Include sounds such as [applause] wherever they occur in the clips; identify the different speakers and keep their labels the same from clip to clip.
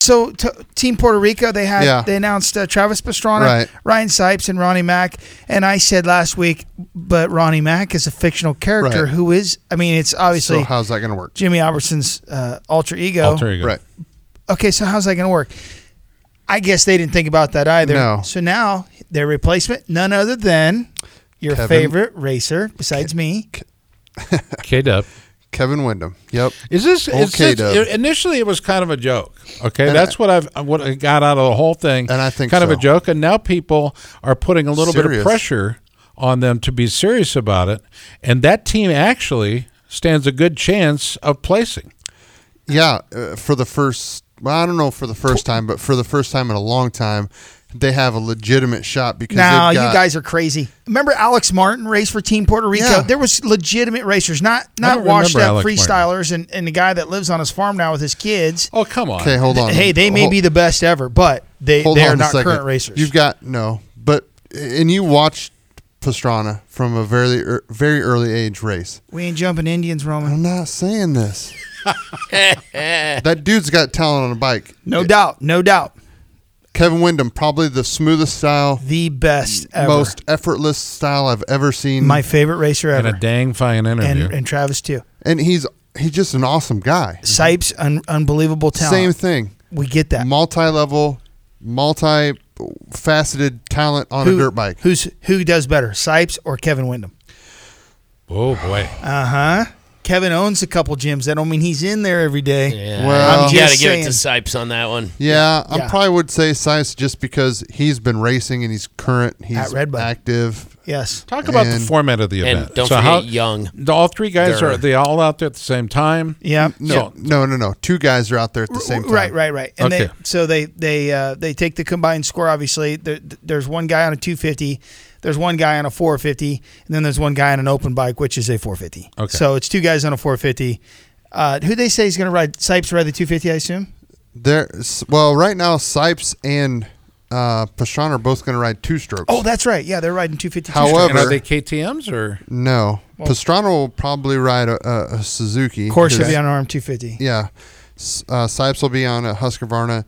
Speaker 1: so t- Team Puerto Rico, they had
Speaker 2: Yeah.
Speaker 1: they announced uh, Travis Pastrana,
Speaker 2: Right.
Speaker 1: Ryan Sipes, and Ronnie Mack. And I said last week, but Ronnie Mack is a fictional character
Speaker 2: Right.
Speaker 1: who is. I mean, it's obviously
Speaker 2: So e- how's that going to work?
Speaker 1: Jimmy Albertson's uh, alter ego.
Speaker 3: Alter
Speaker 2: [laughs]
Speaker 3: ego.
Speaker 2: Right.
Speaker 1: Okay, so how's that going to work? I guess they didn't think about that either.
Speaker 2: No.
Speaker 1: So now their replacement, none other than your
Speaker 2: Kevin-
Speaker 1: favorite racer besides me.
Speaker 3: K Dub.
Speaker 2: Kevin Wyndham. Yep.
Speaker 3: Is this is
Speaker 2: Okay,
Speaker 3: this-
Speaker 2: Dub.
Speaker 3: initially it was kind of a joke. Okay,
Speaker 2: And
Speaker 3: that's
Speaker 2: I-
Speaker 3: what I've uh, what I got out of the whole thing.
Speaker 2: And I think
Speaker 3: kind of
Speaker 2: so.
Speaker 3: a joke, and now people are putting a little bit of
Speaker 2: Serious.
Speaker 3: pressure on them to be serious about it, and that team actually stands a good chance of placing.
Speaker 2: [laughs] Yeah, uh, for the first, well, I don't know for the first time, but for the first time in a long time, they have a legitimate shot because
Speaker 1: Now
Speaker 2: they've
Speaker 1: you
Speaker 2: got,
Speaker 1: guys are crazy. Remember Alex Martin raced for Team Puerto Rico?
Speaker 2: Yeah.
Speaker 1: There was legitimate racers, not not
Speaker 3: don't
Speaker 1: washed up
Speaker 3: remember Alex
Speaker 1: freestylers and, and the guy that lives on his farm now with his kids.
Speaker 3: Oh come on!
Speaker 2: Okay, hold on.
Speaker 1: hey, they may
Speaker 2: Hold-
Speaker 1: be the best ever, but they
Speaker 2: hold
Speaker 1: they
Speaker 2: on
Speaker 1: are
Speaker 2: a
Speaker 1: not
Speaker 2: second.
Speaker 1: current racers.
Speaker 2: You've got no, but and you watched Pastrana from a very ear- very early age race.
Speaker 1: we ain't jumping Indians, Roman.
Speaker 2: I'm not
Speaker 1: [laughs]
Speaker 2: saying this. that dude's got talent on a bike.
Speaker 1: No doubt, no doubt,
Speaker 2: Kevin Wyndham, probably the smoothest style,
Speaker 1: the best ever.
Speaker 2: most effortless style I've ever seen.
Speaker 1: my favorite racer
Speaker 3: and
Speaker 1: ever,
Speaker 3: a dang fine interview.
Speaker 1: and, and Travis too.
Speaker 2: and he's he's just an awesome guy.
Speaker 1: Sipes, un- unbelievable talent.
Speaker 2: Same thing.
Speaker 1: we get that.
Speaker 2: multi-level, multi-faceted talent on a dirt bike.
Speaker 1: Who's who does better, Sipes or Kevin Wyndham?
Speaker 3: oh boy!
Speaker 1: Uh huh. Kevin owns a couple gyms. That don't mean he's in there every day.
Speaker 4: Yeah,
Speaker 2: Well-
Speaker 4: I'm you got
Speaker 1: Just
Speaker 4: to give it to
Speaker 1: saying.
Speaker 4: Sipes on that one.
Speaker 2: Yeah, I
Speaker 1: Yeah.
Speaker 2: probably would say science just because he's been racing and he's current, he's
Speaker 1: At Red Bud.
Speaker 2: active.
Speaker 1: Yes.
Speaker 3: Talk about the
Speaker 2: And-
Speaker 3: format of the
Speaker 4: and
Speaker 3: event.
Speaker 4: don't
Speaker 3: so
Speaker 4: forget
Speaker 3: how,
Speaker 4: Young.
Speaker 3: the- all three guys
Speaker 4: They're-
Speaker 3: are they all out there at the same time?
Speaker 1: Yeah.
Speaker 2: No,
Speaker 3: So-
Speaker 2: no, no, no. Two guys are out there at the same time.
Speaker 1: Right, right, right. And they
Speaker 3: Okay.
Speaker 1: so they they uh, they take the combined score. Obviously, there, there's one guy on a 250, there's one guy on a 450, and then there's one guy on an open bike, which is a 450.
Speaker 3: Okay.
Speaker 1: So it's two guys on a 450. Uh, who they say is going to ride? Sipes ride the 250, I assume.
Speaker 2: There's well, right now Sipes and uh, Pastrana are both going to ride two strokes.
Speaker 1: Oh, that's right. Yeah, they're riding 250.
Speaker 2: However-
Speaker 3: And are they KTM's or
Speaker 2: no, Pastrana will probably ride a, a, a Suzuki.
Speaker 1: of course, should
Speaker 2: because-
Speaker 1: be on arm 250.
Speaker 2: Yeah, S- uh, Sipes will be on a Husqvarna.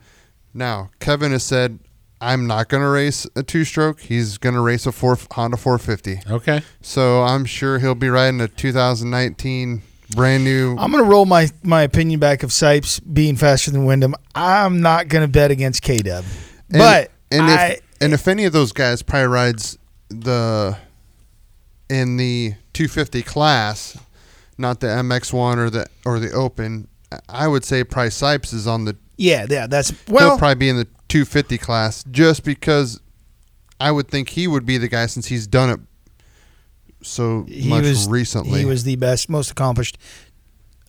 Speaker 2: Now, Kevin has said, "I'm not going to race a two-stroke. He's going to race a four Honda 450."
Speaker 3: okay?
Speaker 2: So I'm sure he'll be riding a 2019 brand new.
Speaker 1: I'm going to roll my, my opinion back of Sipes being faster than Wyndham. I'm not going to bet against K Dub.
Speaker 2: and,
Speaker 1: But
Speaker 2: and
Speaker 1: I,
Speaker 2: if and if any of those guys probably rides the in the 250 class, not the MX1 or the or the Open, I would say probably Sipes is on the.
Speaker 1: yeah, yeah, that's
Speaker 2: he'll
Speaker 1: well,
Speaker 2: probably be in the 250 class just because I would think he would be the guy since he's done it so much recently.
Speaker 1: He was the best, most accomplished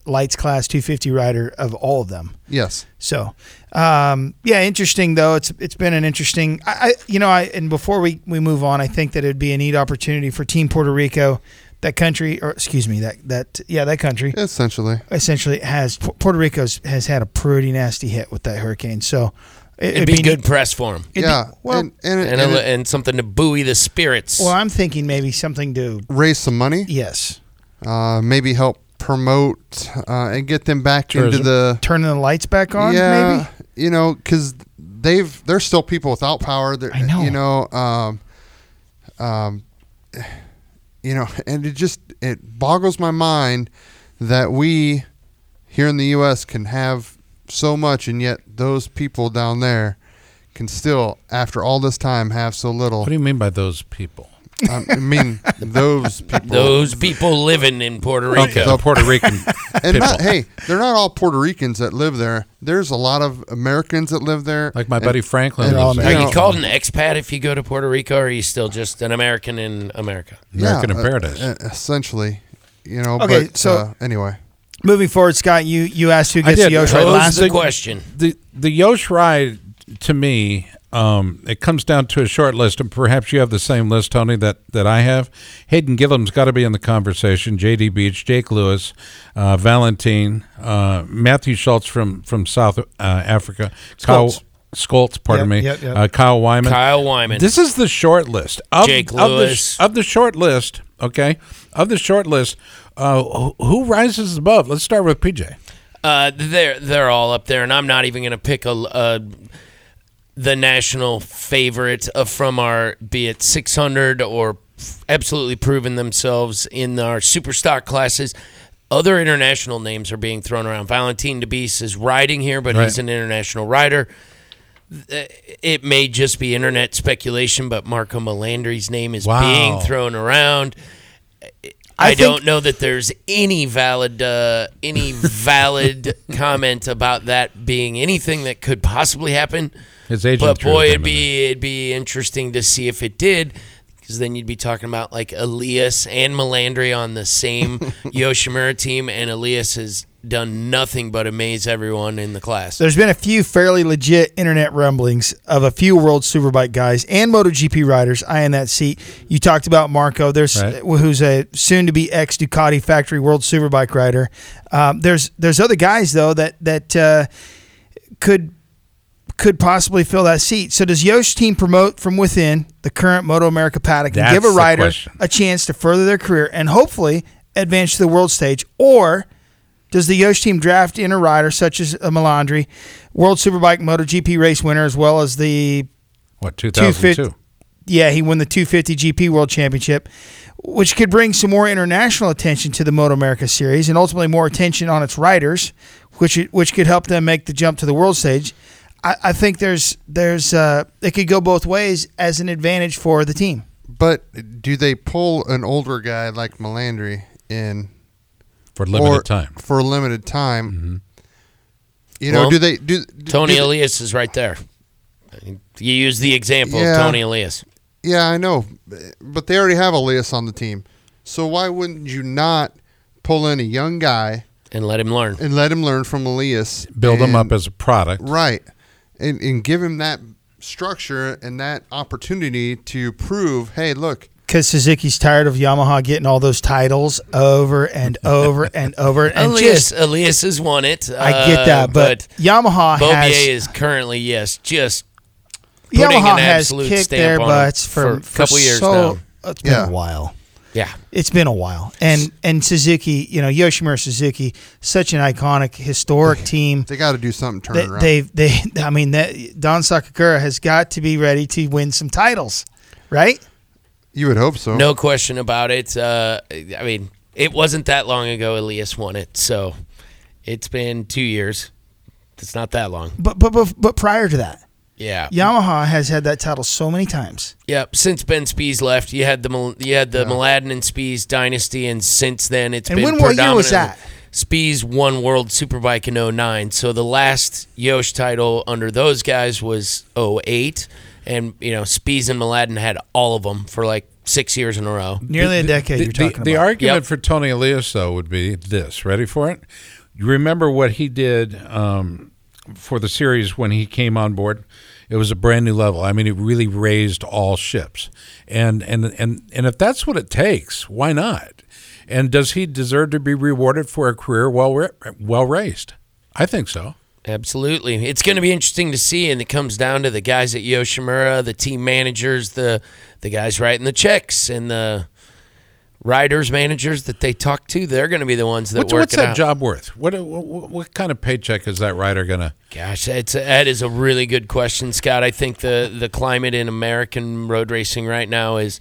Speaker 1: lights class 250 rider of all of them.
Speaker 2: yes.
Speaker 1: So, um, yeah, interesting though. It's it's been an interesting. I, I you know I and before we we move on, I think that it'd be a neat opportunity for Team Puerto Rico, that country or excuse me that that yeah that
Speaker 2: [laughs]
Speaker 1: country
Speaker 2: Essentially,
Speaker 1: essentially has Pu- Puerto Rico's has had a pretty nasty hit with that hurricane. So it,
Speaker 4: It'd be good press for him.
Speaker 1: it'd be-
Speaker 2: yeah,
Speaker 1: well,
Speaker 2: and, and,
Speaker 4: And,
Speaker 2: and
Speaker 4: a-
Speaker 2: it-
Speaker 4: and something to buoy the spirits.
Speaker 1: well, I'm thinking maybe something to
Speaker 2: raise some money.
Speaker 1: yes
Speaker 2: uh, maybe help promote uh, and get them back
Speaker 3: Tourism.
Speaker 2: into the
Speaker 1: turning the lights back on.
Speaker 2: yeah,
Speaker 1: maybe
Speaker 2: you know, because they've there's still people without power. They're,
Speaker 1: I know.
Speaker 2: you know, um, um, [sighs] you know, [laughs] and it just it boggles my mind that we here in the U.S. can have so much, and yet those people down there can still, after all this time, have so little.
Speaker 3: What do you mean by those people?
Speaker 2: Um, I mean,
Speaker 3: [laughs]
Speaker 2: those people.
Speaker 4: Those people living in Puerto Rico.
Speaker 3: Okay, the Puerto Rican
Speaker 2: [laughs] and
Speaker 3: people.
Speaker 2: not, hey, they're not all Puerto Ricans that live there. There's a lot of Americans that live there.
Speaker 3: like my buddy Franklin.
Speaker 1: and all
Speaker 3: was
Speaker 1: Ameri-
Speaker 4: Are
Speaker 3: an
Speaker 4: you
Speaker 2: know-
Speaker 4: called an expat if you go to Puerto Rico, or are you still just an American in America?
Speaker 3: American in
Speaker 2: uh,
Speaker 3: Paradise.
Speaker 2: uh, essentially, you know.
Speaker 1: Okay,
Speaker 2: but,
Speaker 1: so-
Speaker 2: uh, anyway,
Speaker 1: Moving forward, Scott, you you asked who
Speaker 3: I
Speaker 1: gets the
Speaker 3: did.
Speaker 1: Yosh
Speaker 3: Right,
Speaker 4: Pose
Speaker 1: right
Speaker 3: last
Speaker 4: the
Speaker 3: thing-
Speaker 4: question.
Speaker 3: the the Yosh ride to me, um, it comes down to a short list, and perhaps you have the same list, Tony, that that I have. Hayden Gillum's got to be in the conversation. J.D. Beach, Jake Lewis, uh, Valentine, uh, Matthew Schultz from from South uh, Africa,
Speaker 1: Schultz.
Speaker 3: Kyle Schultz, pardon
Speaker 1: Yep,
Speaker 3: me,
Speaker 1: yep, yep.
Speaker 3: Uh, Kyle Wyman.
Speaker 4: Kyle Wyman.
Speaker 3: This is the short list. Of,
Speaker 4: Jake
Speaker 3: of the,
Speaker 4: Lewis.
Speaker 3: sh- of the short list, okay? Of the short list, uh, who- who rises above? Let's start with PJ.
Speaker 4: Uh, they're they're all up there, and I'm not even going to pick a, uh the national favorite of from our be it 600 or f- absolutely proven themselves in our super stock classes. Other international names are being thrown around. Valentin DeBeese is riding here, but
Speaker 3: Right.
Speaker 4: he's an international rider. Th- It may just be internet speculation, but Marco Melandri's name is
Speaker 3: Wow.
Speaker 4: being thrown around. I,
Speaker 1: think-
Speaker 4: don't know that there's any valid uh, any valid comment about that being anything that could possibly happen.
Speaker 3: His agent
Speaker 4: But
Speaker 3: threw
Speaker 4: boy,
Speaker 3: them
Speaker 4: it'd
Speaker 3: in
Speaker 4: be it'd be interesting to see if it did, because then you'd be talking about like Elias and Melandri on the same Yoshimura team, and Elias has done nothing but amaze everyone in the class.
Speaker 1: There's been a few fairly legit internet rumblings of a few World Superbike guys and MotoGP riders eyeing that seat. You talked about Marco, there's
Speaker 3: Right.
Speaker 1: who's a soon-to-be ex Ducati factory World Superbike rider. Um, there's there's other guys though that that uh, could could possibly fill that seat. So does Yosh team promote from within the current Moto America paddock and
Speaker 3: That's
Speaker 1: give a
Speaker 3: the
Speaker 1: rider
Speaker 3: question.
Speaker 1: a chance to further their career and hopefully advance to the world stage or does the Yosh team draft in a rider such as a Melandri, World Superbike MotoGP race winner, as well as the
Speaker 3: What, 2002?
Speaker 1: yeah, he won the 250 GP World Championship, which could bring some more international attention to the Moto America Series and ultimately more attention on its riders, which which could help them make the jump to the world stage. I, I think there's there's uh, it could go both ways as an advantage for the team.
Speaker 2: But do they pull an older guy like Melandry in
Speaker 3: For limited
Speaker 2: or-
Speaker 3: time. Mm-hmm.
Speaker 2: for a limited time? You know,
Speaker 4: Well,
Speaker 2: do they do do- do
Speaker 4: Tony
Speaker 2: they-
Speaker 4: Elias is right there. You use the example
Speaker 2: Yeah.
Speaker 4: of Tony Elias.
Speaker 2: Yeah, I know, but they already have Elias on the team, so why wouldn't you not pull in a young guy
Speaker 4: and let him learn.
Speaker 2: and let him learn from Elias,
Speaker 3: Build
Speaker 2: and-
Speaker 3: them up as a product.
Speaker 2: right, and and give him that structure and that opportunity to prove, hey, look,
Speaker 1: Because Suzuki's tired of Yamaha getting all those titles over and over and over, and
Speaker 4: Elias,
Speaker 1: just
Speaker 4: Elias has won it.
Speaker 1: I get that,
Speaker 4: uh,
Speaker 1: but, Yamaha
Speaker 4: Bobier
Speaker 1: has
Speaker 4: is currently yes, just putting
Speaker 1: Yamaha
Speaker 4: an
Speaker 1: has
Speaker 4: absolute
Speaker 1: kicked
Speaker 4: stamp
Speaker 1: their
Speaker 4: on
Speaker 1: butts
Speaker 4: it
Speaker 1: for,
Speaker 4: for a couple
Speaker 1: for
Speaker 4: years
Speaker 1: so,
Speaker 4: now.
Speaker 1: It's been
Speaker 2: Yeah.
Speaker 1: a while.
Speaker 4: yeah.
Speaker 1: It's been a while, and and Suzuki, you know Yoshimura Suzuki, such an iconic, historic team.
Speaker 2: they got to do something, turn
Speaker 1: They,
Speaker 2: it around.
Speaker 1: they, they, [laughs] I mean, that Don Sakakura has got to be ready to win some titles, right?
Speaker 2: you would hope so.
Speaker 4: No question about it. Uh, I mean, it wasn't that long ago Elias won it, so it's been two years. It's not that long.
Speaker 1: But but but, but prior to that,
Speaker 4: Yeah.
Speaker 1: Yamaha has had that title so many times.
Speaker 4: Yep. Since Ben Spees left, you had the Mil- you had the Mladen and Spees dynasty, and since then it's
Speaker 1: And
Speaker 4: been
Speaker 1: when- what year was that?
Speaker 4: predominantly- Spees won World Superbike in 09. So the last Yosh title under those guys was 08. and you know Spees and Mladen had all of them for like six years in a row.
Speaker 1: Nearly a decade.
Speaker 3: The,
Speaker 1: you're
Speaker 3: the-
Speaker 1: talking
Speaker 3: the
Speaker 1: about.
Speaker 3: argument
Speaker 4: Yep.
Speaker 3: for Tony Elias, though, would be this. Ready for it? You remember what he did um, for the series when he came on board? It was a brand new level. I mean, it really raised all ships. And and and and if that's what it takes, why not? And does he deserve to be rewarded for a career well ra- well raised? I think so.
Speaker 4: Absolutely. It's going to be interesting to see, and it comes down to the guys at Yoshimura, the team managers, the the guys writing the checks, and the riders managers that they talk to. They're going to be the ones that
Speaker 3: What's,
Speaker 4: work
Speaker 3: what's
Speaker 4: it
Speaker 3: that
Speaker 4: out.
Speaker 3: job worth? What, what what kind of paycheck is that rider gonna?
Speaker 4: Gosh, that's that is a really good question, Scott. I think the the climate in American road racing right now is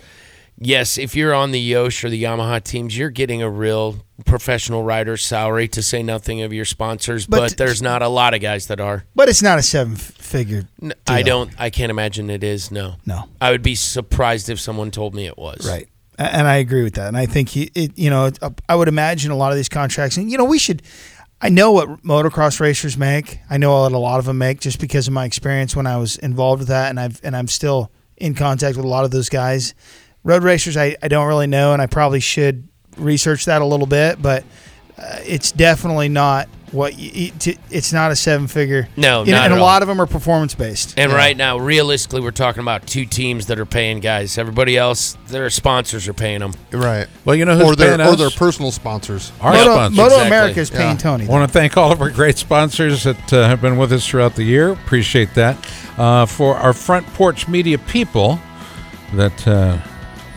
Speaker 4: yes, if you're on the Yosh or the Yamaha teams, you're getting a real professional rider's salary to say nothing of your sponsors,
Speaker 1: But-
Speaker 4: but, there's not a lot of guys that are.
Speaker 1: but it's not a seven-figure.
Speaker 4: N- I
Speaker 1: deal.
Speaker 4: don't I can't imagine it is, no.
Speaker 1: No.
Speaker 4: I would be surprised if someone told me it was.
Speaker 1: Right. A- And I agree with that. And I think he, it, you know, uh, I would imagine a lot of these contracts. And you know, we should. I know what motocross racers make. I know what a lot of them make, just because of my experience when I was involved with that, and I've and I'm still in contact with a lot of those guys. Road racers, I, I don't really know, and I probably should research that a little bit, but uh, it's definitely not what you, it- it's not a seven figure.
Speaker 4: No,
Speaker 1: you know,
Speaker 4: not
Speaker 1: and
Speaker 4: at
Speaker 1: a
Speaker 4: all.
Speaker 1: lot of them are performance based.
Speaker 4: And right now, realistically, we're talking about two teams that are paying guys. Everybody else, their sponsors are paying them.
Speaker 2: right?
Speaker 3: Well, you know who's
Speaker 2: or their
Speaker 3: paying
Speaker 2: or
Speaker 3: us?
Speaker 2: their personal sponsors.
Speaker 3: Our
Speaker 1: Moto,
Speaker 3: sponsors.
Speaker 1: Moto
Speaker 4: Exactly.
Speaker 1: America is paying
Speaker 2: Yeah.
Speaker 1: Tony.
Speaker 3: I want to thank all of our great sponsors that uh, have been with us throughout the year. Appreciate that. Uh, for our front porch media people that uh,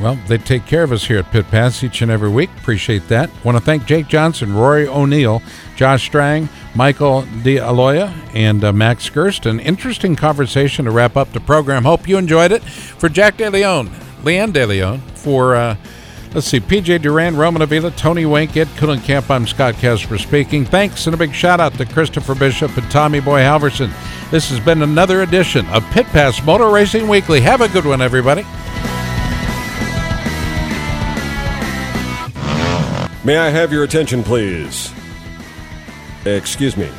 Speaker 3: Well, they take care of us here at Pit Pass each and every week. Appreciate that. Want to thank Jake Johnson, Rory O'Neill, Josh Strang, Michael D'Aloya, and uh, Max Gerst. An interesting conversation to wrap up the program. Hope you enjoyed it. For Jack DeLeon, Leanne DeLeon, for, uh, let's see, PJ Duran, Roman Avila, Tony Wink, Ed Kuhlenkamp, I'm Scott Casper speaking. Thanks and a big shout out to Christopher Bishop and Tommy Boy Halverson. This has been another edition of Pit Pass Motor Racing Weekly. Have a good one, everybody.
Speaker 5: May I have your attention, please? Excuse me.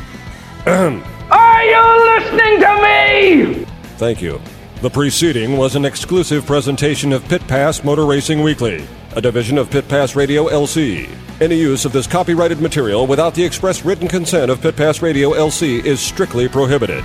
Speaker 6: Are you listening to me?
Speaker 5: Thank you. The preceding was an exclusive presentation of Pit Pass Motor Racing Weekly, a division of Pit Pass Radio LC. Any use of this copyrighted material without the express written consent of Pit Pass Radio LC is strictly prohibited.